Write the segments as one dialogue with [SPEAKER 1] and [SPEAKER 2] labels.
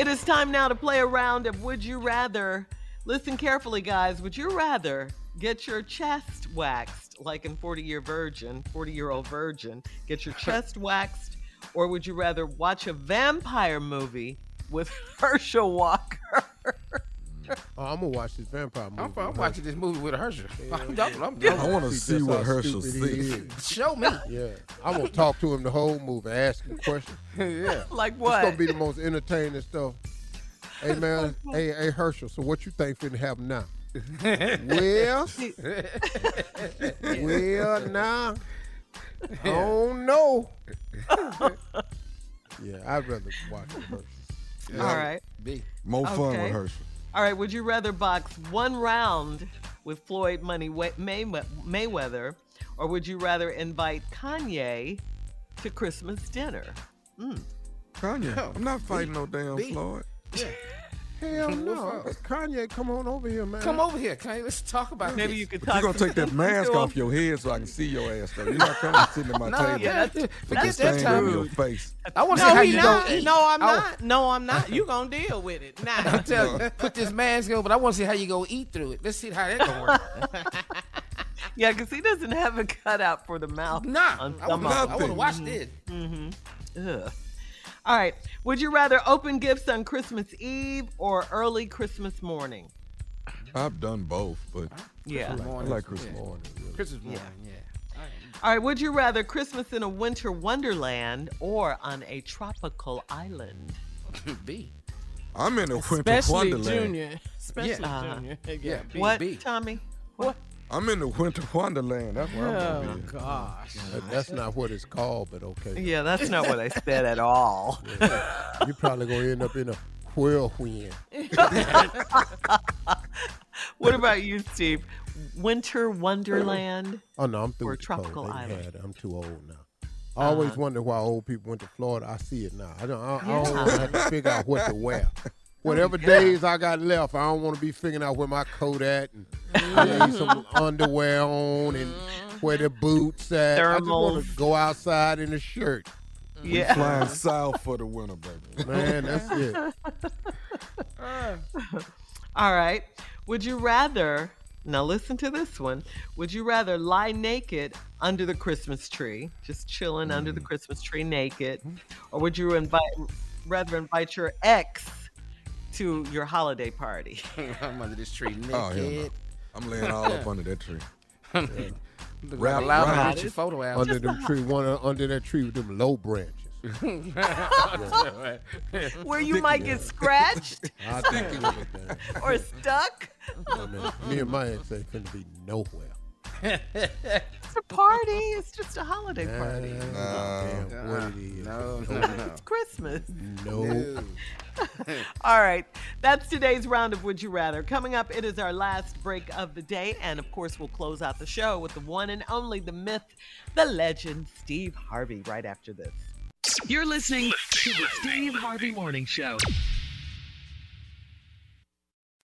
[SPEAKER 1] It is time now to play a round of Would You Rather. Listen carefully, guys. Would you rather get your chest waxed, like in 40 year virgin, 40 year old virgin, get your chest waxed, or would you rather watch a vampire movie with Herschel Walker?
[SPEAKER 2] Oh, I'm gonna watch this vampire movie.
[SPEAKER 3] I'm, I'm watching this movie with Herschel. I'm, I'm, I'm,
[SPEAKER 4] I want to see
[SPEAKER 2] That's
[SPEAKER 4] what
[SPEAKER 2] how
[SPEAKER 4] Herschel
[SPEAKER 2] stupid he
[SPEAKER 4] sees.
[SPEAKER 2] is.
[SPEAKER 3] show me.
[SPEAKER 2] Yeah, I will talk to him the whole movie, ask him questions.
[SPEAKER 3] yeah.
[SPEAKER 1] like
[SPEAKER 2] It's gonna
[SPEAKER 1] what?
[SPEAKER 2] be the most entertaining stuff. Hey man, hey, hey Herschel. So what you think finna happen now? well, well, nah. I don't know. yeah, I'd rather watch it first.
[SPEAKER 1] All right.
[SPEAKER 3] B.
[SPEAKER 4] More fun
[SPEAKER 1] Okay.
[SPEAKER 4] with Herschel.
[SPEAKER 1] All right, would you rather box one round with Floyd Money Way- Maywe- Mayweather, or would you rather invite Kanye to Christmas dinner? Hmm.
[SPEAKER 4] Kanye, I'm not fighting no damn
[SPEAKER 3] B.
[SPEAKER 4] Floyd.
[SPEAKER 2] Hell no, Kanye, come on over here, man.
[SPEAKER 3] Come over here, Kanye. Let's talk about
[SPEAKER 1] Maybe
[SPEAKER 3] this.
[SPEAKER 1] you could
[SPEAKER 4] But
[SPEAKER 1] talk.
[SPEAKER 4] you gonna take that mask
[SPEAKER 1] to him.
[SPEAKER 4] off your head so I can see your ass though. You're not coming sitting at my
[SPEAKER 3] Nah,
[SPEAKER 4] table.
[SPEAKER 1] yeah,
[SPEAKER 3] that- forget
[SPEAKER 4] This
[SPEAKER 3] that
[SPEAKER 4] thing on your
[SPEAKER 3] time.
[SPEAKER 4] face.
[SPEAKER 3] I want to see
[SPEAKER 1] No,
[SPEAKER 3] how
[SPEAKER 1] he
[SPEAKER 3] you
[SPEAKER 1] not.
[SPEAKER 3] gonna eat.
[SPEAKER 1] No,
[SPEAKER 4] Oh.
[SPEAKER 1] I'm
[SPEAKER 3] I-
[SPEAKER 1] not. No, I'm not. You gonna deal with it
[SPEAKER 3] I
[SPEAKER 1] now.
[SPEAKER 3] tell you, put this mask on, but I want to see how you gonna eat through it. Let's see how that gonna work.
[SPEAKER 1] yeah, because he doesn't have a cutout for the mouth.
[SPEAKER 3] nah,
[SPEAKER 1] on
[SPEAKER 3] I
[SPEAKER 1] some
[SPEAKER 3] wanna-
[SPEAKER 1] of
[SPEAKER 3] I want to
[SPEAKER 4] nothing.
[SPEAKER 3] watch this.
[SPEAKER 1] them. Ugh. All right. Would you rather open gifts on Christmas Eve or early Christmas morning?
[SPEAKER 4] I've done both, but
[SPEAKER 1] Yeah.
[SPEAKER 4] I like Chris Morning.
[SPEAKER 3] Christmas morning. Yeah.
[SPEAKER 1] All right. Would you rather Christmas in a winter wonderland or on a tropical island?
[SPEAKER 3] B.
[SPEAKER 4] I'm in a winter
[SPEAKER 5] Especially
[SPEAKER 4] wonderland.
[SPEAKER 5] Junior. Especially
[SPEAKER 1] Yeah.
[SPEAKER 5] Junior. Yeah.
[SPEAKER 3] Yeah. B,
[SPEAKER 1] Uh-huh. what,
[SPEAKER 3] B.
[SPEAKER 1] Tommy? What?
[SPEAKER 4] I'm in the winter wonderland. That's where I'm gonna
[SPEAKER 5] Oh,
[SPEAKER 4] be.
[SPEAKER 5] gosh.
[SPEAKER 2] But that's not what it's called, but okay.
[SPEAKER 1] Yeah, that's not what I said at all.
[SPEAKER 2] You probably gonna end up in a whirlwind.
[SPEAKER 1] what about you, Steve? Winter wonderland?
[SPEAKER 2] Oh no, I'm through
[SPEAKER 1] Or
[SPEAKER 2] with the cold.
[SPEAKER 1] tropical
[SPEAKER 2] They
[SPEAKER 1] island. Uh,
[SPEAKER 2] had it. I'm too old now. I always wonder why old people went to Florida. I see it now. I don't. I, I don't want to have to figure out what to wear. Whatever days I got left, I don't want to be figuring out where my coat at and I need some underwear on and
[SPEAKER 1] Mm.
[SPEAKER 2] where the boots at. I just want to
[SPEAKER 1] Thermals.
[SPEAKER 2] go outside in a shirt.
[SPEAKER 1] Yeah.
[SPEAKER 4] Flying south for the winter, baby.
[SPEAKER 2] Man, that's it.
[SPEAKER 1] All right. Would you rather, now listen to this one. Would you rather lie naked under the Christmas tree, just chilling under
[SPEAKER 4] Mm.
[SPEAKER 1] the Christmas tree naked,
[SPEAKER 4] Mm-hmm.
[SPEAKER 1] or would you invite, rather invite your ex to your holiday party?
[SPEAKER 3] I'm under this tree naked.
[SPEAKER 4] Oh, hell no. I'm laying all up under that tree.
[SPEAKER 3] Look
[SPEAKER 4] Wrap
[SPEAKER 3] loud
[SPEAKER 4] around
[SPEAKER 3] about
[SPEAKER 4] it.
[SPEAKER 3] your photo out.
[SPEAKER 2] under them tree, one under that tree with them low branches.
[SPEAKER 1] Where you might get scratched
[SPEAKER 2] I think it was a thing.
[SPEAKER 1] or stuck.
[SPEAKER 2] Me and my ex ain't finna be nowhere.
[SPEAKER 1] It's a party. It's just a holiday party.
[SPEAKER 2] Nah, damn what it is.
[SPEAKER 3] Uh-uh. No, no, no.
[SPEAKER 1] It's Christmas.
[SPEAKER 2] No.
[SPEAKER 1] All right. That's today's round of Would You Rather. Coming up, it is our last break of the day. And of course, we'll close out the show with the one and only, the myth, the legend, Steve Harvey, right after this.
[SPEAKER 5] You're listening to the Steve Harvey Morning Show.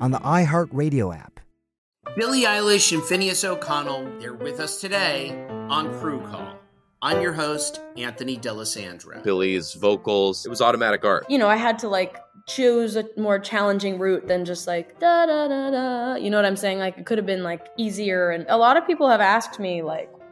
[SPEAKER 6] on the iHeartRadio app.
[SPEAKER 7] Billie Eilish and Phineas O'Connell, they're with us today on Crew Call. I'm your host, Anthony Delisandro.
[SPEAKER 8] Billy's vocals. It was automatic art.
[SPEAKER 9] You know, I had to like choose a more challenging route than just like da da da da. You know what I'm saying? Like it could have been like easier. And a lot of people have asked me like,